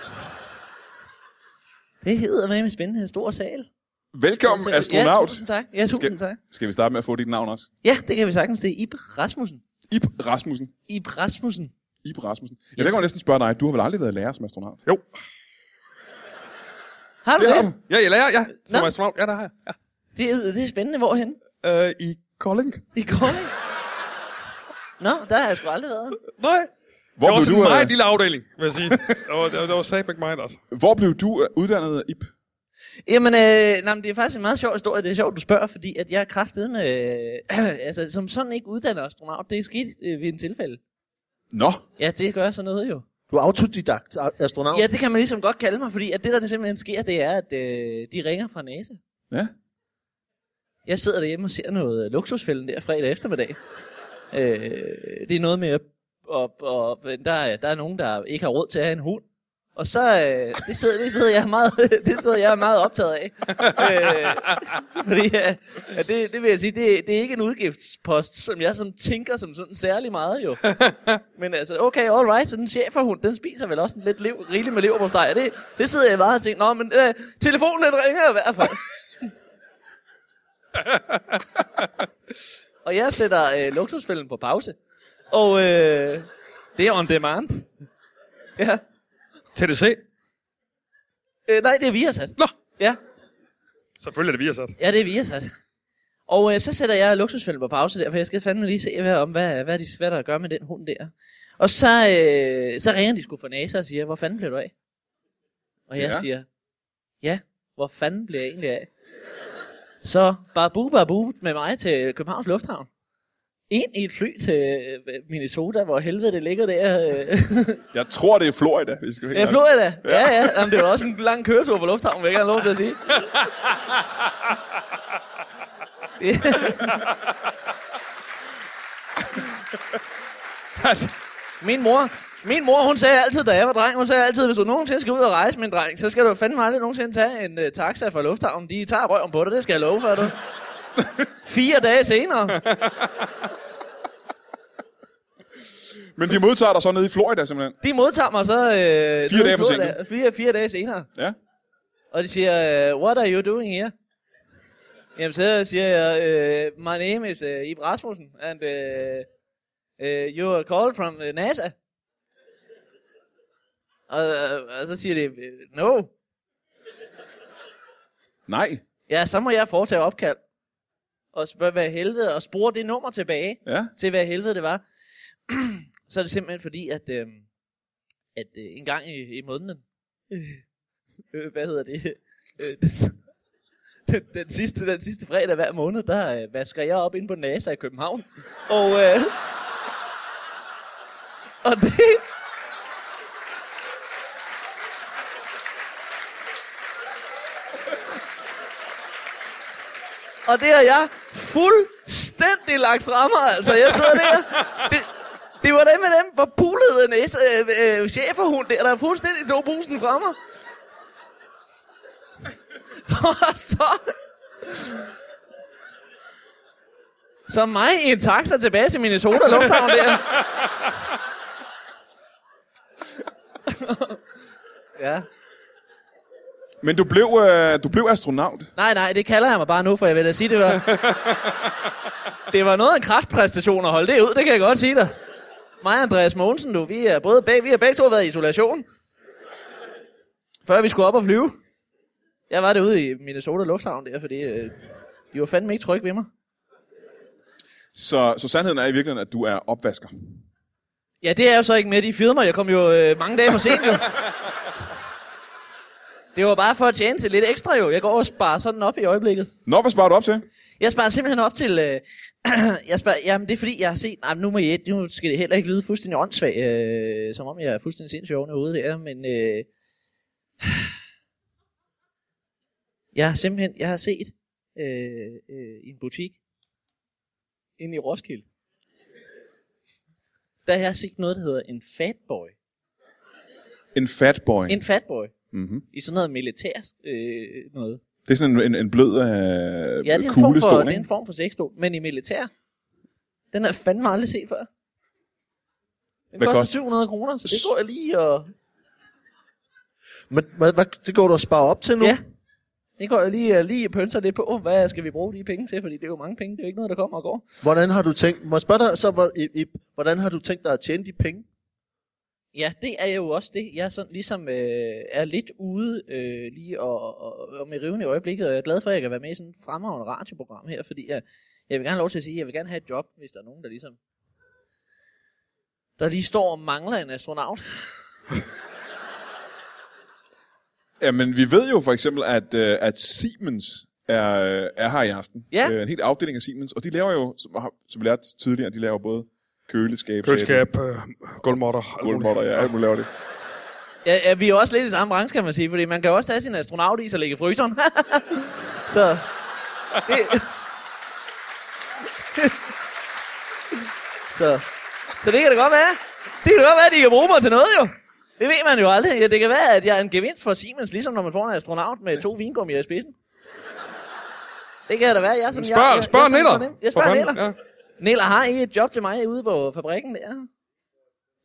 Det hedder med med spændende. En stor sal. Altså, Velkommen, astronaut. Ja, tusind tak. Ja, tusind tak. Skal vi starte med at få dit navn også? Ja, det kan vi sagtens. Det er Ib Rasmussen. Ib Rasmussen. Ib Rasmussen. Ib Rasmussen. Jeg vil godt næsten spørge dig, du har vel aldrig været lærer som astronaut? Jo. Har du Det er det? ham. Ja, jeg lærer, ja. Som Nå. astronaut. Ja, der har jeg. Ja. Det er, det er spændende. Hvorhen? Øh, I Kolding? I Kolding. (laughs) Nå, der har jeg sgu aldrig været. Nej. Hvor det blev, var også du, en meget øh, lille afdeling, vil jeg (laughs) sige. det var, det var, det var Sam McMind, altså. hvor blev du øh, uddannet, Ib? Jamen, øh, nej, men det er faktisk en meget sjov historie. Det er sjovt, du spørger, fordi at jeg er kraftet med... (clears throat) Øh, altså, som sådan ikke uddannet astronaut. Det er sket øh, ved en tilfælde. Nå, Ja, det gør sådan noget jo. Du er autodidakt a- astronaut. Ja, det kan man ligesom godt kalde mig, fordi at det, der simpelthen sker, det er, at øh, de ringer fra NASA. Ja. Jeg sidder derhjemme og ser noget øh, luksusfælden der fredag eftermiddag. Øh, det er noget med, at og, og, der, er- der er nogen, der ikke har råd til at have en hund. Og så, øh, det, sidder, det, sidder jeg meget, (laughs) det sidder jeg meget optaget af. øh, fordi ja, at det, det vil jeg sige, det, det er ikke en udgiftspost, som jeg sådan tænker som sådan særlig meget jo. Men altså, okay, all right, så den cheferhund, den spiser vel også en lidt liv, rigeligt med lever på steg. Det, det sidder jeg bare og tænker, nå, men øh, telefonen den ringer i hvert fald. og jeg sætter øh, luksusfælden på pause. Og øh, det er on demand. Ja. TDC? Øh, nej, det er Viasat. Nå. Ja, Selvfølgelig er det Viasat. ja det er Viasat. Og øh, så sætter jeg luksusfælden på pause der, for jeg skal fandme lige se, hvad, om, hvad, hvad, de, hvad der gør med den hund der. Og så, øh, så ringer de sgu fra NASA og siger, hvor fanden blev du af? Og jeg Ja. ja. siger, ja, hvor fanden blev jeg egentlig af? Så bare bu, bare bu med mig til Københavns Lufthavn. Ind i et fly til øh, Minnesota, hvor helvede det ligger der. øh. (laughs) Jeg tror, det er Florida, vi skal Ja, Florida. Ja, ja. Jamen, det var også en lang køretur fra lufthavnen, vil jeg gerne have lov til at sige. Altså, Min mor, min mor, hun sagde altid, da jeg var dreng, hun sagde altid, hvis du nogensinde skal ud og rejse med en dreng, så skal du fandme aldrig nogensinde tage en uh, taxa fra lufthavnen. De tager røven på dig, det skal jeg love for, du. Fire dage senere. Men de modtager dig så nede i Florida, simpelthen. De modtager mig så... Øh, Fire dage forsinket. Fire, fire dage senere. Ja. Og de siger, øh, what are you doing here? Jamen, så siger jeg, øh, my name is øh, Ib Rasmussen, and øh, øh, you are called from øh, NASA. Og, og så siger de, øh, no. Nej. Ja, så må jeg foretage opkald. Og spørge, hvad helvede, og spore det nummer tilbage Ja. til hvad helvede det var. (clears throat) så er det simpelthen fordi, at, øh, at øh, en gang i, i måneden, (laughs) øh, øh, hvad hedder det, (laughs) øh, den, den, den, sidste, den sidste fredag hver måned, der øh, vasker jeg op inde på NASA i København. Og, øh, (laughs) og det... Og det har jeg fuldstændig lagt fra mig, altså. Jeg sidder der. Det, det var det med dem, hvor pulede næse, øh, øh, cheferhund der, der fuldstændig tog busen fra mig. Og så... Så mig i en taxa tilbage til Minnesota Lufthavn der. ja. Men du blev, øh, du blev astronaut. Nej, nej, det kalder jeg mig bare nu, for jeg vil da sige, det var... det var noget af en kraftpræstation at holde det ud, det kan jeg godt sige dig. Mig og Andreas Mogensen, du, vi er både bag, vi har begge to været i isolation. Før vi skulle op og flyve. Jeg var derude i Minnesota Lufthavn der, fordi øh, de var fandme ikke trygge ved mig. Så, så sandheden er i virkeligheden, at du er opvasker. Ja, det er jo så ikke med de firmaer. Jeg kom jo øh, mange dage for sent, jo. Det var bare for at tjene til lidt ekstra, jo. Jeg går og sparer sådan op i øjeblikket. Nå, hvad sparer du op til? Jeg sparer simpelthen op til... Øh, (clears throat) jeg sparer, jamen, det er fordi, jeg har set... Nej, nu må jeg... Nu skal det heller ikke lyde fuldstændig åndssvagt, øh, som om jeg er fuldstændig sindssyg oven i hovedet, det er, men... Øh, jeg har simpelthen... Jeg har set øh, øh, i en butik inde i Roskilde. Der har jeg set noget, der hedder en fatboy. En fatboy. En fatboy. Mm-hmm. I sådan noget militært øh, noget. Det er sådan en, en, en blød øh, Ja, det er en form for, kuglestol, det er ikke? en form for sexstol, men i militær. Den har jeg fandme aldrig set før. Den Hvad koster koster- 700 kroner, så det går jeg lige og... Men hvad, hvad, det går du og sparer op til nu? Ja. Det går jeg lige, og lige pønser lidt på, hvad skal vi bruge de penge til, fordi det er jo mange penge, det er jo ikke noget, der kommer og går. Hvordan har du tænkt, må jeg spørge dig, så, hvor- i, i, hvordan har du tænkt dig at tjene de penge? Ja, det er jo også det. Jeg er sådan ligesom øh, er lidt ude øh, lige og, og, og med rivende i øjeblikket, og jeg er glad for, at jeg kan være med i sådan et fremragende radioprogram her, fordi jeg, jeg vil gerne have lov til at sige, at jeg vil gerne have et job, hvis der er nogen, der ligesom der lige står og mangler en astronaut. Ja, men vi ved jo for eksempel, at, øh, at Siemens er, øh, er her i aften. Ja. Øh, en helt afdeling af Siemens, og de laver jo, som, har- som vi lærte tidligere, de laver både køleskab, køleskab, øh, gulvmotter. alt muligt. gulvmotter, ja, alt muligt laver det. Ja, ja, vi er jo også lidt i samme branche, kan man sige, fordi man kan jo også tage sin astronaut i og lægge i fryseren. (laughs) så det... (laughs) så... Så det kan det godt være. Det kan det godt være, at de kan bruge mig til noget, jo. Det ved man jo aldrig. Ja, det kan være, at jeg er en gevinst for Siemens, ligesom når man får en astronaut med to vingummier i spidsen. Det kan da være, jeg er sådan... jeg- jeg- Spørg, jeg- spørg jeg- jeg- Neller. Jeg spørger For fanden, Neller. ja. Neller, har I et job til mig ude på fabrikken der?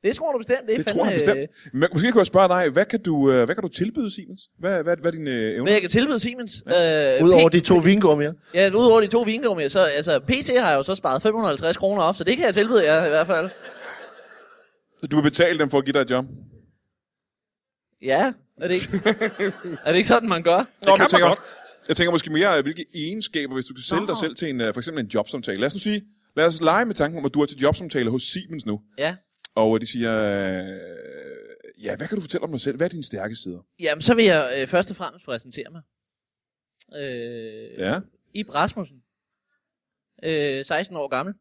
Det tror du bestemt. Det, er Det tror jeg fandme, øh, bestemt. Men måske kunne jeg spørge dig, hvad kan du, øh, hvad kan du tilbyde Siemens? Hvad, hvad, hvad er dine øh, evner? Men jeg kan tilbyde Siemens. Ja. Øh, Udover P- de to vingummier. Ja, udover de to vingummier, så altså, PT har jeg jo så sparet 550 kroner op, så det kan jeg tilbyde jer i hvert fald. Du vil betale dem for at give dig et job. Ja, er det ikke, (laughs) er det ikke sådan, man gør? Nå, men kan jeg, man tænker, godt. jeg tænker måske mere, øh, hvilke egenskaber, hvis du kan sælge dig selv til en, øh, for eksempel en jobsamtale. Lad os nu sige, lad os lege med tanken om, at du er til jobsamtale hos Siemens nu. Ja. Og øh, de siger, øh, ja, hvad kan du fortælle om dig selv? Hvad er dine stærke sider? Jamen, så vil jeg øh, først og fremmest præsentere mig. Øh, Ja. Ib Rasmussen. Øh, 16 år gammel.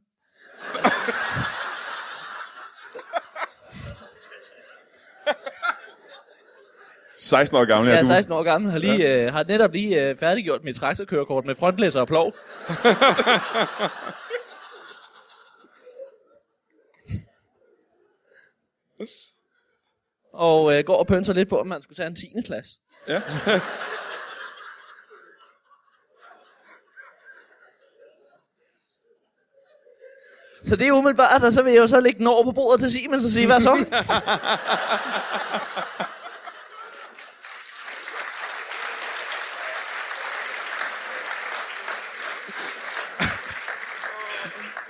ja. 16 år gammel, Jeg er du. 16 år gammel, har, lige, ja. øh, har netop lige øh, færdiggjort mit traktorkørekort med frontlæsser og (laughs) plov. og øh, går og pønser lidt på, om man skulle tage en 10. klasse. Ja. (laughs) Så det er umiddelbart, og så vil jeg jo så lægge den over på bordet til Siemens og sige, (laughs) hvad så?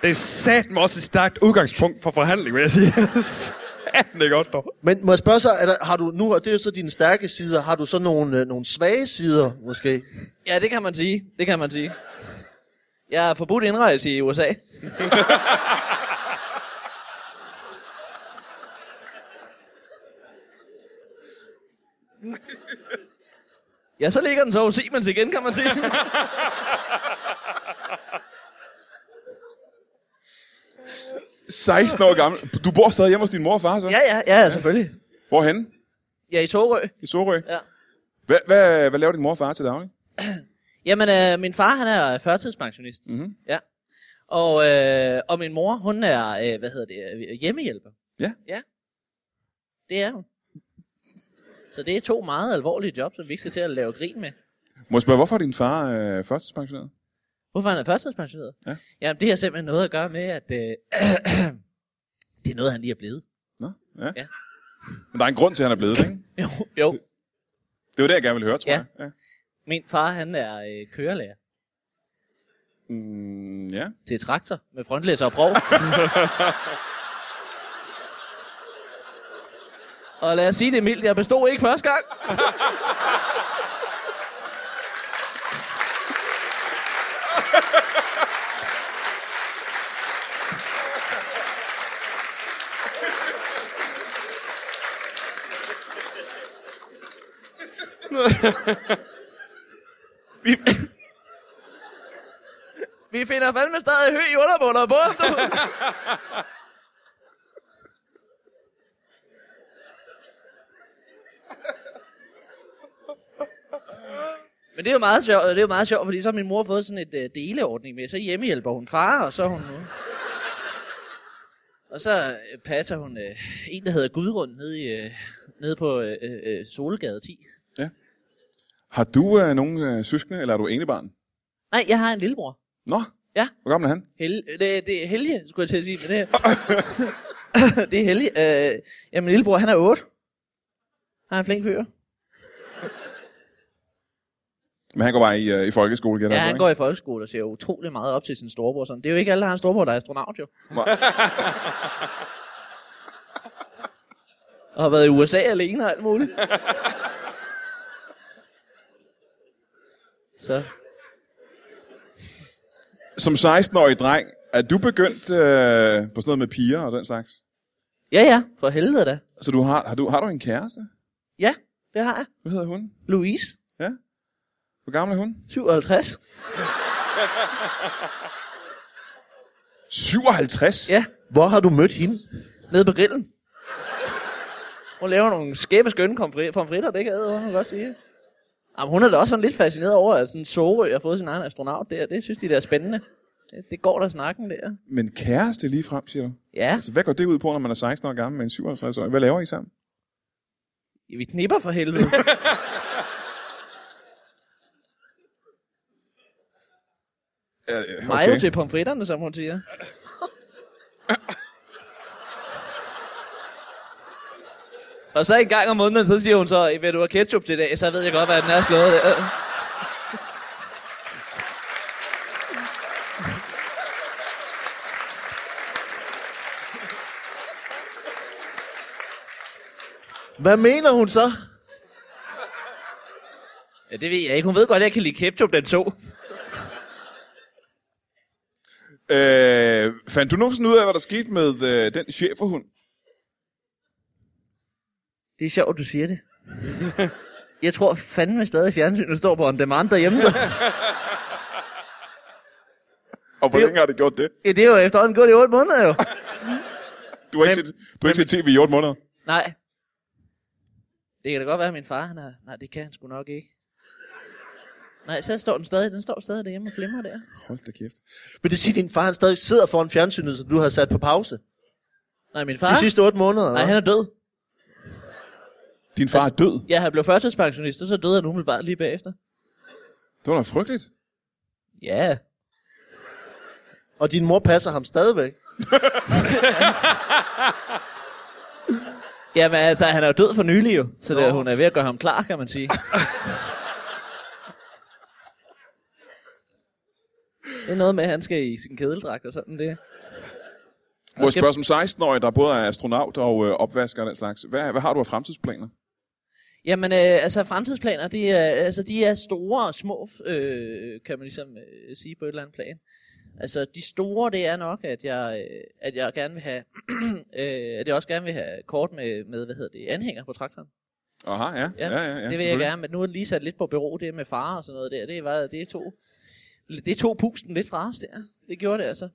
Det er satme også et stærkt udgangspunkt for forhandling, vil jeg sige. (laughs) Satan, det er godt dog. Men må jeg spørge så, er der, har du nu, og det er jo så dine stærke sider, har du så nogle, øh, nogle svage sider, måske? Ja, det kan man sige. Det kan man sige. Jeg er forbudt indrejse i USA. ja, så ligger den så hos Siemens igen, kan man sige. Ja. 16 år gammel. Du bor stadig hjemme hos din mor og far, så? ja, ja, ja, selvfølgelig. Hvorhen? Ja, i Torø. I Sorø? Ja. Hvad, hvad, hvad laver din mor og far til daglig? Jamen, øh, min far, han er førtidspensionist. Mhm. Ja. Og, øh, og min mor, hun er, øh, hvad hedder det, øh, hjemmehjælper. Ja. Ja. Det er hun. Så det er to meget alvorlige jobs, som vi ikke skal til at lave grin med. Må jeg spørge, hvorfor er din far øh, førtidspensioneret? Hvorfor han er førstidspensioneret? Ja. Jamen, det har simpelthen noget at gøre med, at øh, (clears throat) det er noget, han lige er blevet. Nå? Ja. Ja. Men der er en grund til, at han er blevet det, ikke? Jo, jo. Det var det, jeg gerne ville høre, tror Ja. jeg. Ja. Min far, han er øh, kørelærer Mm, ja. til traktor med frontlæser og prov. og lad os sige det mildt, jeg bestod ikke første gang. Vi, vi finder fandme stadig hø i underbunder på. Du. Men det er jo meget sjovt, det er jo meget sjovt, fordi så har min mor fået sådan et øh, deleordning med, så hjemmehjælper hun far, og så er hun nu. Og så øh, passer hun øh, en, der hedder Gudrun, nede, i, øh, nede på øh, øh, Solgade 10. Har du øh, nogen øh, søskende, eller er du enebarn? Nej, jeg har en lillebror. Nå? Ja. Hvor gammel er han? Hel, det, det er Helge, skulle jeg til at sige. Men det, er- det er Helge. Øh, ja, min lillebror, han er 8. Han er en flink fyr. Men han går bare i, øh, i folkeskole, gætter Ja, jeg på, han ikke? går i folkeskole og ser utrolig meget op til sin storebror. Sådan. Det er jo ikke alle, der har en storebror, der er astronaut, jo. (laughs) og har været i USA alene og alt muligt. Så. Som 16-årig dreng, er du begyndt øh, på sådan noget med piger og den slags? Ja, ja, for helvede da. Så du har, har, du, har du en kæreste? Ja, det har jeg. Hvad hedder hun? Louise, Ja? Hvor gammel er hun? 57. 57? Ja, Hvor har du mødt hende? nede på grillen. Hun laver nogle skæbe skønne komfri- pomfritter, det kan jeg hun godt sige. Jamen, hun er da også sådan lidt fascineret over, at sådan Sorø har fået sin egen astronaut der. Det synes de, der er spændende. Det, det går der snakken der. Men kæreste lige frem, siger du? Ja, Altså, hvad går det ud på, når man er 16 år gammel med en 57-årig? Hvad laver I sammen? vi knipper for helvede. Øh, øh, Mayo okay. til pomfritterne, som hun siger. Og så en gang om måneden, så siger hun så, vil du have ketchup til i dag? Så ved jeg godt, hvad den er slået der. Hvad mener hun så? Ja, det ved jeg ikke. Hun ved godt, at jeg kan lide ketchup, den så. Øh, fandt du nogensinde ud af, hvad der skete med øh, den cheferhund? Det er sjovt, du siger det. jeg tror fandme stadig, at fjernsynet står på on demand derhjemme. Og hvor Det- længe har det gjort det? ja, det er jo efterhånden gået i 8 måneder jo. Du har ikke, Men- set, du har ikke set tv i 8 måneder. Nej. Det kan da godt være, at min far, han er... Nej, det kan han sgu nok ikke. Nej, så står den stadig. Den står stadig derhjemme og flimrer der. Hold da kæft. Vil det sige, at din far han stadig sidder foran fjernsynet, som du har sat på pause? De Nej, min far... sidste otte måneder? Nej, han er død. Din far Altså- er død. Ja, han blev førtidspensionist, og så døde han umiddelbart lige bagefter. Det var da frygteligt. Ja. Og din mor passer ham stadigvæk? Jamen altså, han er jo død for nylig jo, så det, hun er ved at gøre ham klar, kan man sige. det er noget med, at han skal i sin kedeldragt og sådan det. Må jeg skal- spørge som 16-årig, der både er astronaut og øh, opvasker og den slags. Hvad, hvad har du af fremtidsplaner? Jamen, øh, altså fremtidsplaner, det er, altså, de er store og små, øh, kan man ligesom øh, sige på et eller andet plan. Altså, de store, det er nok, at jeg, øh, at jeg gerne vil have, (clears throat) øh, at jeg også gerne vil have kort med, med hvad hedder det, anhænger på traktoren. Aha, ja. ja, ja, ja det vil jeg selvfølgelig. gerne, men nu er det lige sat lidt på bureau, det med far og sådan noget der. Det, var, det, tog, det tog pusten lidt fra os der. Det gjorde det altså.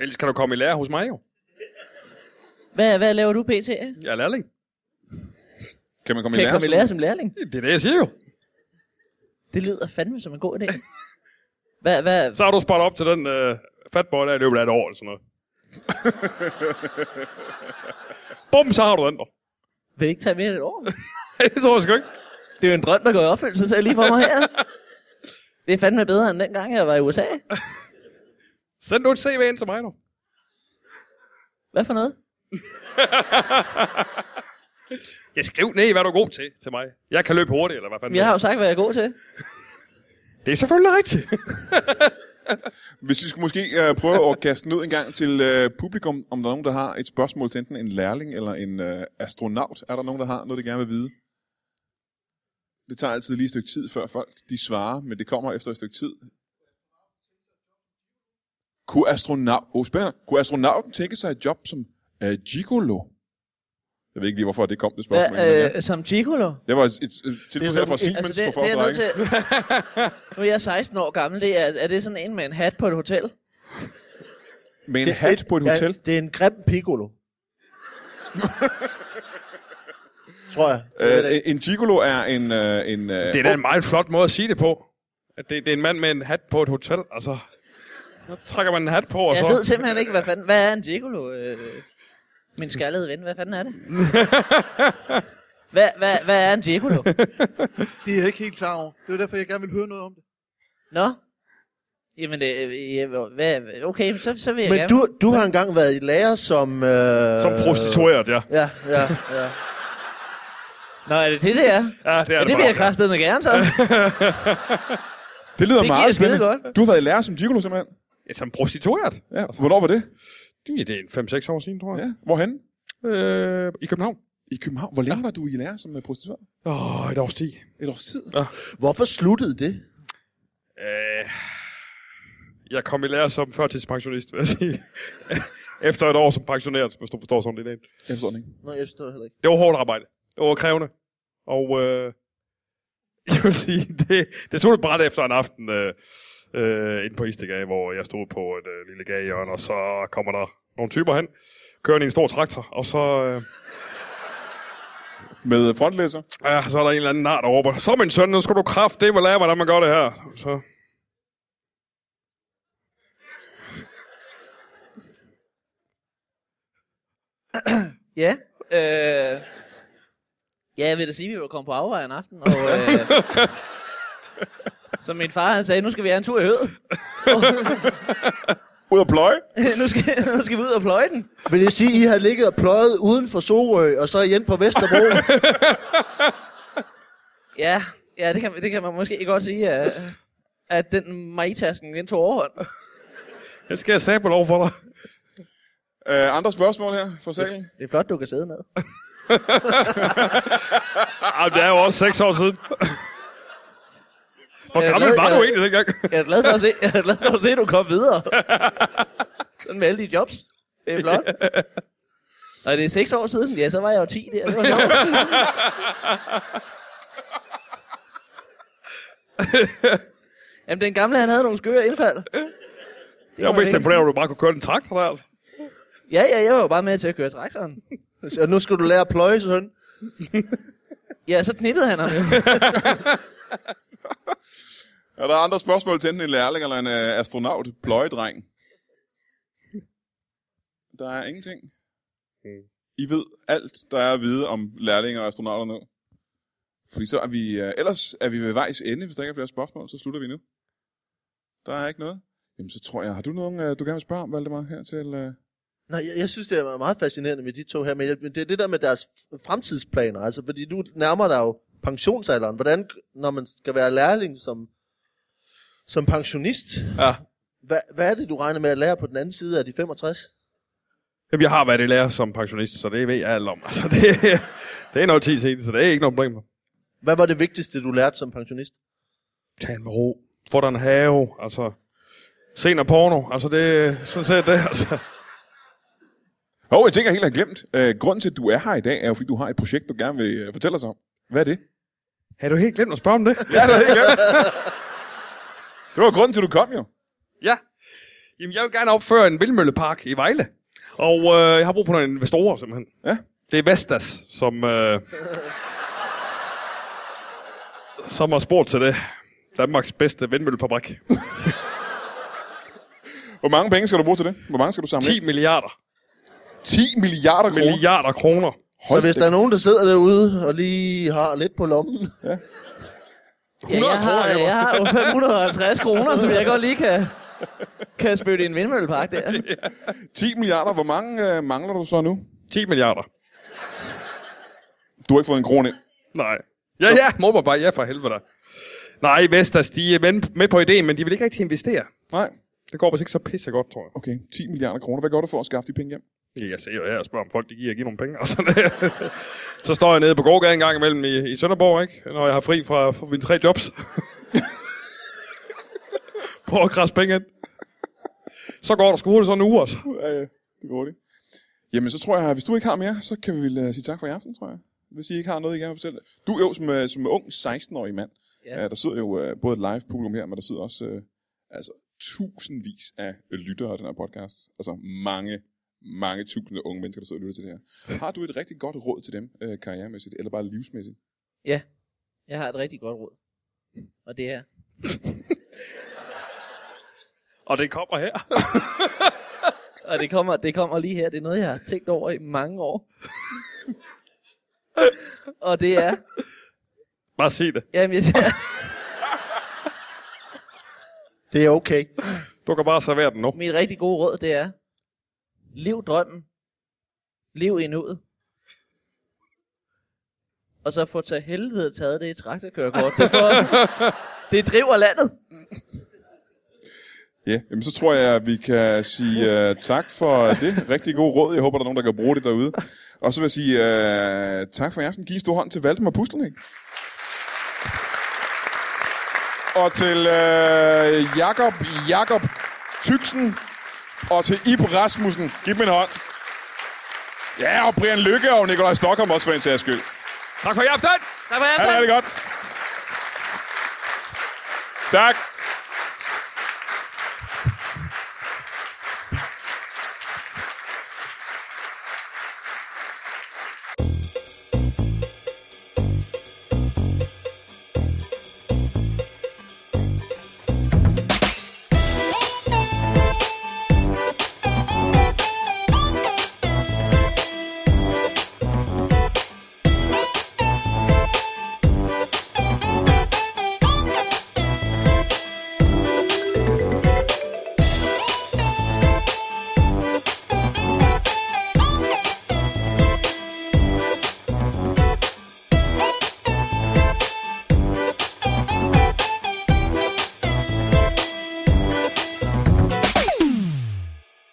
Ellers kan du komme i lære hos mig jo. Hvad, hvad laver du pt? Kan Jeg er lærling. Kan man komme i jeg lære? komme i lære som lærling? Det er det, jeg siger jo. Det lyder fandme som en (laughs) god idé. Hvad, hvad, Så har du sparet op til den øh, fatboy der i løbet af et år eller sådan noget. (laughs) Bum, så har du den der. vil ikke tage mere end et år? (laughs) det tror jeg sgu ikke. Det er jo en drøm, der går i opfyldelse, så jeg lige for mig her. Det er fandme bedre, end dengang jeg var i USA. Send nu et CV ind til mig nu. Hvad for noget? Jeg skriv ned, hvad du er god til, til mig. Jeg kan løbe hurtigt, eller hvad fanden Jeg har det jo sagt, hvad jeg er god til. er. Det er selvfølgelig rigtigt. Hvis vi skulle måske øh, prøve at kaste den ud en gang til øh, publikum, om der er nogen, der har et spørgsmål til enten en lærling eller en øh, astronaut. Er der nogen, der har noget, de gerne vil vide? Det tager altid lige et stykke tid, før folk de svarer, men det kommer efter et stykke tid. Kunne, astronaut, oh, spændende. Kunne astronauten tænke sig et job som øh, gigolo? Jeg ved ikke lige, hvorfor det kom, det Hvad, spørgsmål. Hvad, øh, øh, som gigolo? det var et, et, et tilbud her fra Siemens altså det, på det er første jeg nødt række. til. Nu er jeg 16 år gammel. Det er, er det sådan en med en hat på et hotel? Med en hat på et hotel. Ja, det er en grim (laughs) piccolo. Tror jeg. Det er Øh, det. en- en gigolo er en... Øh, en øh, Det er da en meget flot måde at sige det på. At det, det er en mand med en hat på et hotel, altså. Så trækker man en hat på, og Jeg så... ved simpelthen ikke, hvad fanden... Hvad er en gigolo? Øh, min skaldede ven, hvad fanden er (laughs) det? Hvad, hvad, hvad er en gigolo? Det er jeg ikke helt klar over. Det er derfor, jeg gerne vil høre noget om det. Nå? Jamen, øh, ja, hvad, okay, så, så vil jeg Men gerne... du, du har engang været i lærer som... Øh... Som prostitueret, ja. Ja, ja, ja. Nå, er det det, det er? Ja, det er Ja, det, det vil jeg kraftedeme gerne, så. Det lyder Det giver meget skide spændende. godt. Du har været i lærer som gigolo simpelthen. Ja, som prostitueret? Ja. Hvornår var det? Ja, det er en 5-6 år siden, tror jeg. Ja. Hvorhen? Øh, I København. I København. Hvor længe ja. var du i lærer som øh, prostitueret? Åh, oh, et års tid. Et års tid. Hvorfor sluttede det? Øh, jeg kom i lære som førtidspensionist, vil jeg sige. (laughs) Efter et år som pensioneret, hvis du forstår sådan lidt. ind. Jeg forstår det ikke. Nå, jeg forstår heller ikke. Det var hårdt arbejde. Det var krævende. Og øh, (laughs) jeg vil sige, det, det stod bræt efter en aften øh, øh, inde på Istegade, hvor jeg stod på et øh, lille gadehjørne, og så kommer der nogle typer hen, kører ind i en stor traktor, og så... Øh, Med øh, frontlæser. Ja, så er der en eller anden nar, der råber, så min søn, nu skal du kraft det, lære, hvordan man gør det her. Så... Ja. Øh, ja, jeg vil da sige, at vi var kommet på afvej en aften. Og, (laughs) øh, som min far han sagde, nu skal vi have en tur i høet. Ud at pløje. (laughs) nu, skal, nu skal vi ud og pløje den. Vil det sige, at I har ligget og pløjet uden for Sorø, og så igen på (laughs) Vesterbro? Ja, ja det, kan, det kan man måske godt sige, at, at den majtasken, den tog overhånd. Jeg skal jeg sagde på lov for dig. (laughs) Øh, andre spørgsmål her fra salen? Det er flot, du kan sidde ned. Ah, Ej, det er jo også seks år siden. Hvor Jeg er gammel glad- var jeg- du egentlig dengang? Jeg er glad for at se, jeg er glad for at se, at du kom (laughs) videre. Sådan med alle de jobs. Det er flot. Og det er seks år siden, ja, så var jeg jo 10 der. Det var sjovt. Jamen, den gamle, han havde nogle skøre indfald. Jeg var mest rigtigt. imponeret, at du bare kunne køre den traktor der. altså. Ja, ja, jeg var jo bare med til at køre traktoren. Og nu skal du lære at pløje, søn. Ja, så knippede han ham jo. Er der andre spørgsmål til enten en lærling eller en øh, astronaut? Pløjedreng. Der er ingenting. I ved alt, der er at vide om lærlinger og astronauter nu. Fordi så er vi, øh, ellers er vi ved vejs ende. Hvis der ikke er flere spørgsmål, så slutter vi nu. Der er ikke noget. Jamen så tror jeg, har du nogen, øh, du gerne vil spørge om, Valdemar, her til... Øh... Nej, jeg, jeg synes, det er meget fascinerende med de to her, men jeg, men det er det der med deres fremtidsplaner, altså, fordi nu nærmer der jo pensionsalderen. Hvordan, når man skal være lærling som, som pensionist, Ja. hvad, hvad er det, du regner med at lære på den anden side af de 65? Jamen, jeg har været i lære som pensionist, så det ved jeg alt om. (laughs) Altså, det, det er noget tid siden, så det er ikke noget problem. Hvad var det vigtigste, du lærte som pensionist? Tag den med ro. Få dig en have, altså... Se noget porno, altså det er sådan set det, altså. Hov, oh, jeg tænker, jeg helt har glemt. Øh, grunden til, at du er her i dag, er jo, fordi du har et projekt, du gerne vil øh, fortælle os om. Hvad er det? Har du helt glemt at spørge om det? Ja, det er helt glemt. det var grunden til, at du kom jo. Ja. Jamen, jeg vil gerne opføre en vindmøllepark i Vejle. Og øh, jeg har brug for nogle investorer, simpelthen. Ja. Det er Vestas, som... Øh, som har spurgt til det. Danmarks bedste vindmøllefabrik. Hvor mange penge skal du bruge til det? Hvor mange skal du samle? 10 milliarder. 10 milliarder kroner. Milliarder kroner. Så hvis der er nogen, der sidder derude og lige har lidt på lommen, (laughs) Ja, jeg har, kroner, jeg har jo 550 kroner, som jeg godt lige kan, kan spytte i en vindmøllepark der. 10 milliarder. Hvor mange øh, mangler du så nu? 10 milliarder. Du har ikke fået en krone ind. Nej. Ja, ja, må man bare. Ja, for helvede da. Nej, Vestas, de er med- med på ideen, men de vil ikke rigtig investere. Nej. Det går vist ikke så pisse godt, tror jeg. Okay, 10 milliarder kroner. Hvad gør du for at skaffe de penge hjem? Jeg ser jo her og spørger, om folk de giver, giver nogle penge. Altså, det, (laughs) så står jeg nede på gågaden en gang imellem i, i Sønderborg, ikke? når jeg har fri fra, fra mine tre (laughs) jobs. Prøv at krasse penge ind. Så går der sgu hurtigt sådan en uge, altså. Øh, det går det. Jamen, så tror jeg, at hvis du ikke har mere, så kan vi vel øh, sige tak for i aften, tror jeg. Hvis I ikke har noget, I gerne vil fortælle. Du er jo som, øh, som ung 16-årig mand. Ja. Ja. Der sidder jo øh, både et live-publikum her, men der sidder også øh, altså, tusindvis af lyttere af den her podcast. Altså mange, mange tusinde unge mennesker, der sidder og lytter til det her. Har du et rigtig godt råd til dem, øh, karrieremæssigt, eller bare livsmæssigt? Ja, jeg har et rigtig godt råd. Og det er, Og det kommer her. og det kommer, det kommer lige her, det er noget, jeg har tænkt over i mange år. og det er, Bare sig det. jamen, jeg, det er okay. Du kan bare servere den nu. mit rigtig gode råd, det er, lev drømmen, lev i nuet, og så få til helvede taget det i traktorkørekort. Det, får, det driver landet. Ja, jamen så tror jeg, at vi kan sige uh, tak for det. Rigtig god råd. Jeg håber, der er nogen, der kan bruge det derude. Og så vil jeg sige uh, tak for i aften. Giv en stor hånd til Valdemar Pustelnik. Og til uh, Jakob Jakob Tyksen. Og til Ib Rasmussen. Giv dem en hånd. Ja, og Brian Lykke og Nikolaj Stockholm også for en sags skyld. Tak for i aften! Tak for jer. Ha' det rigtig godt. Tak.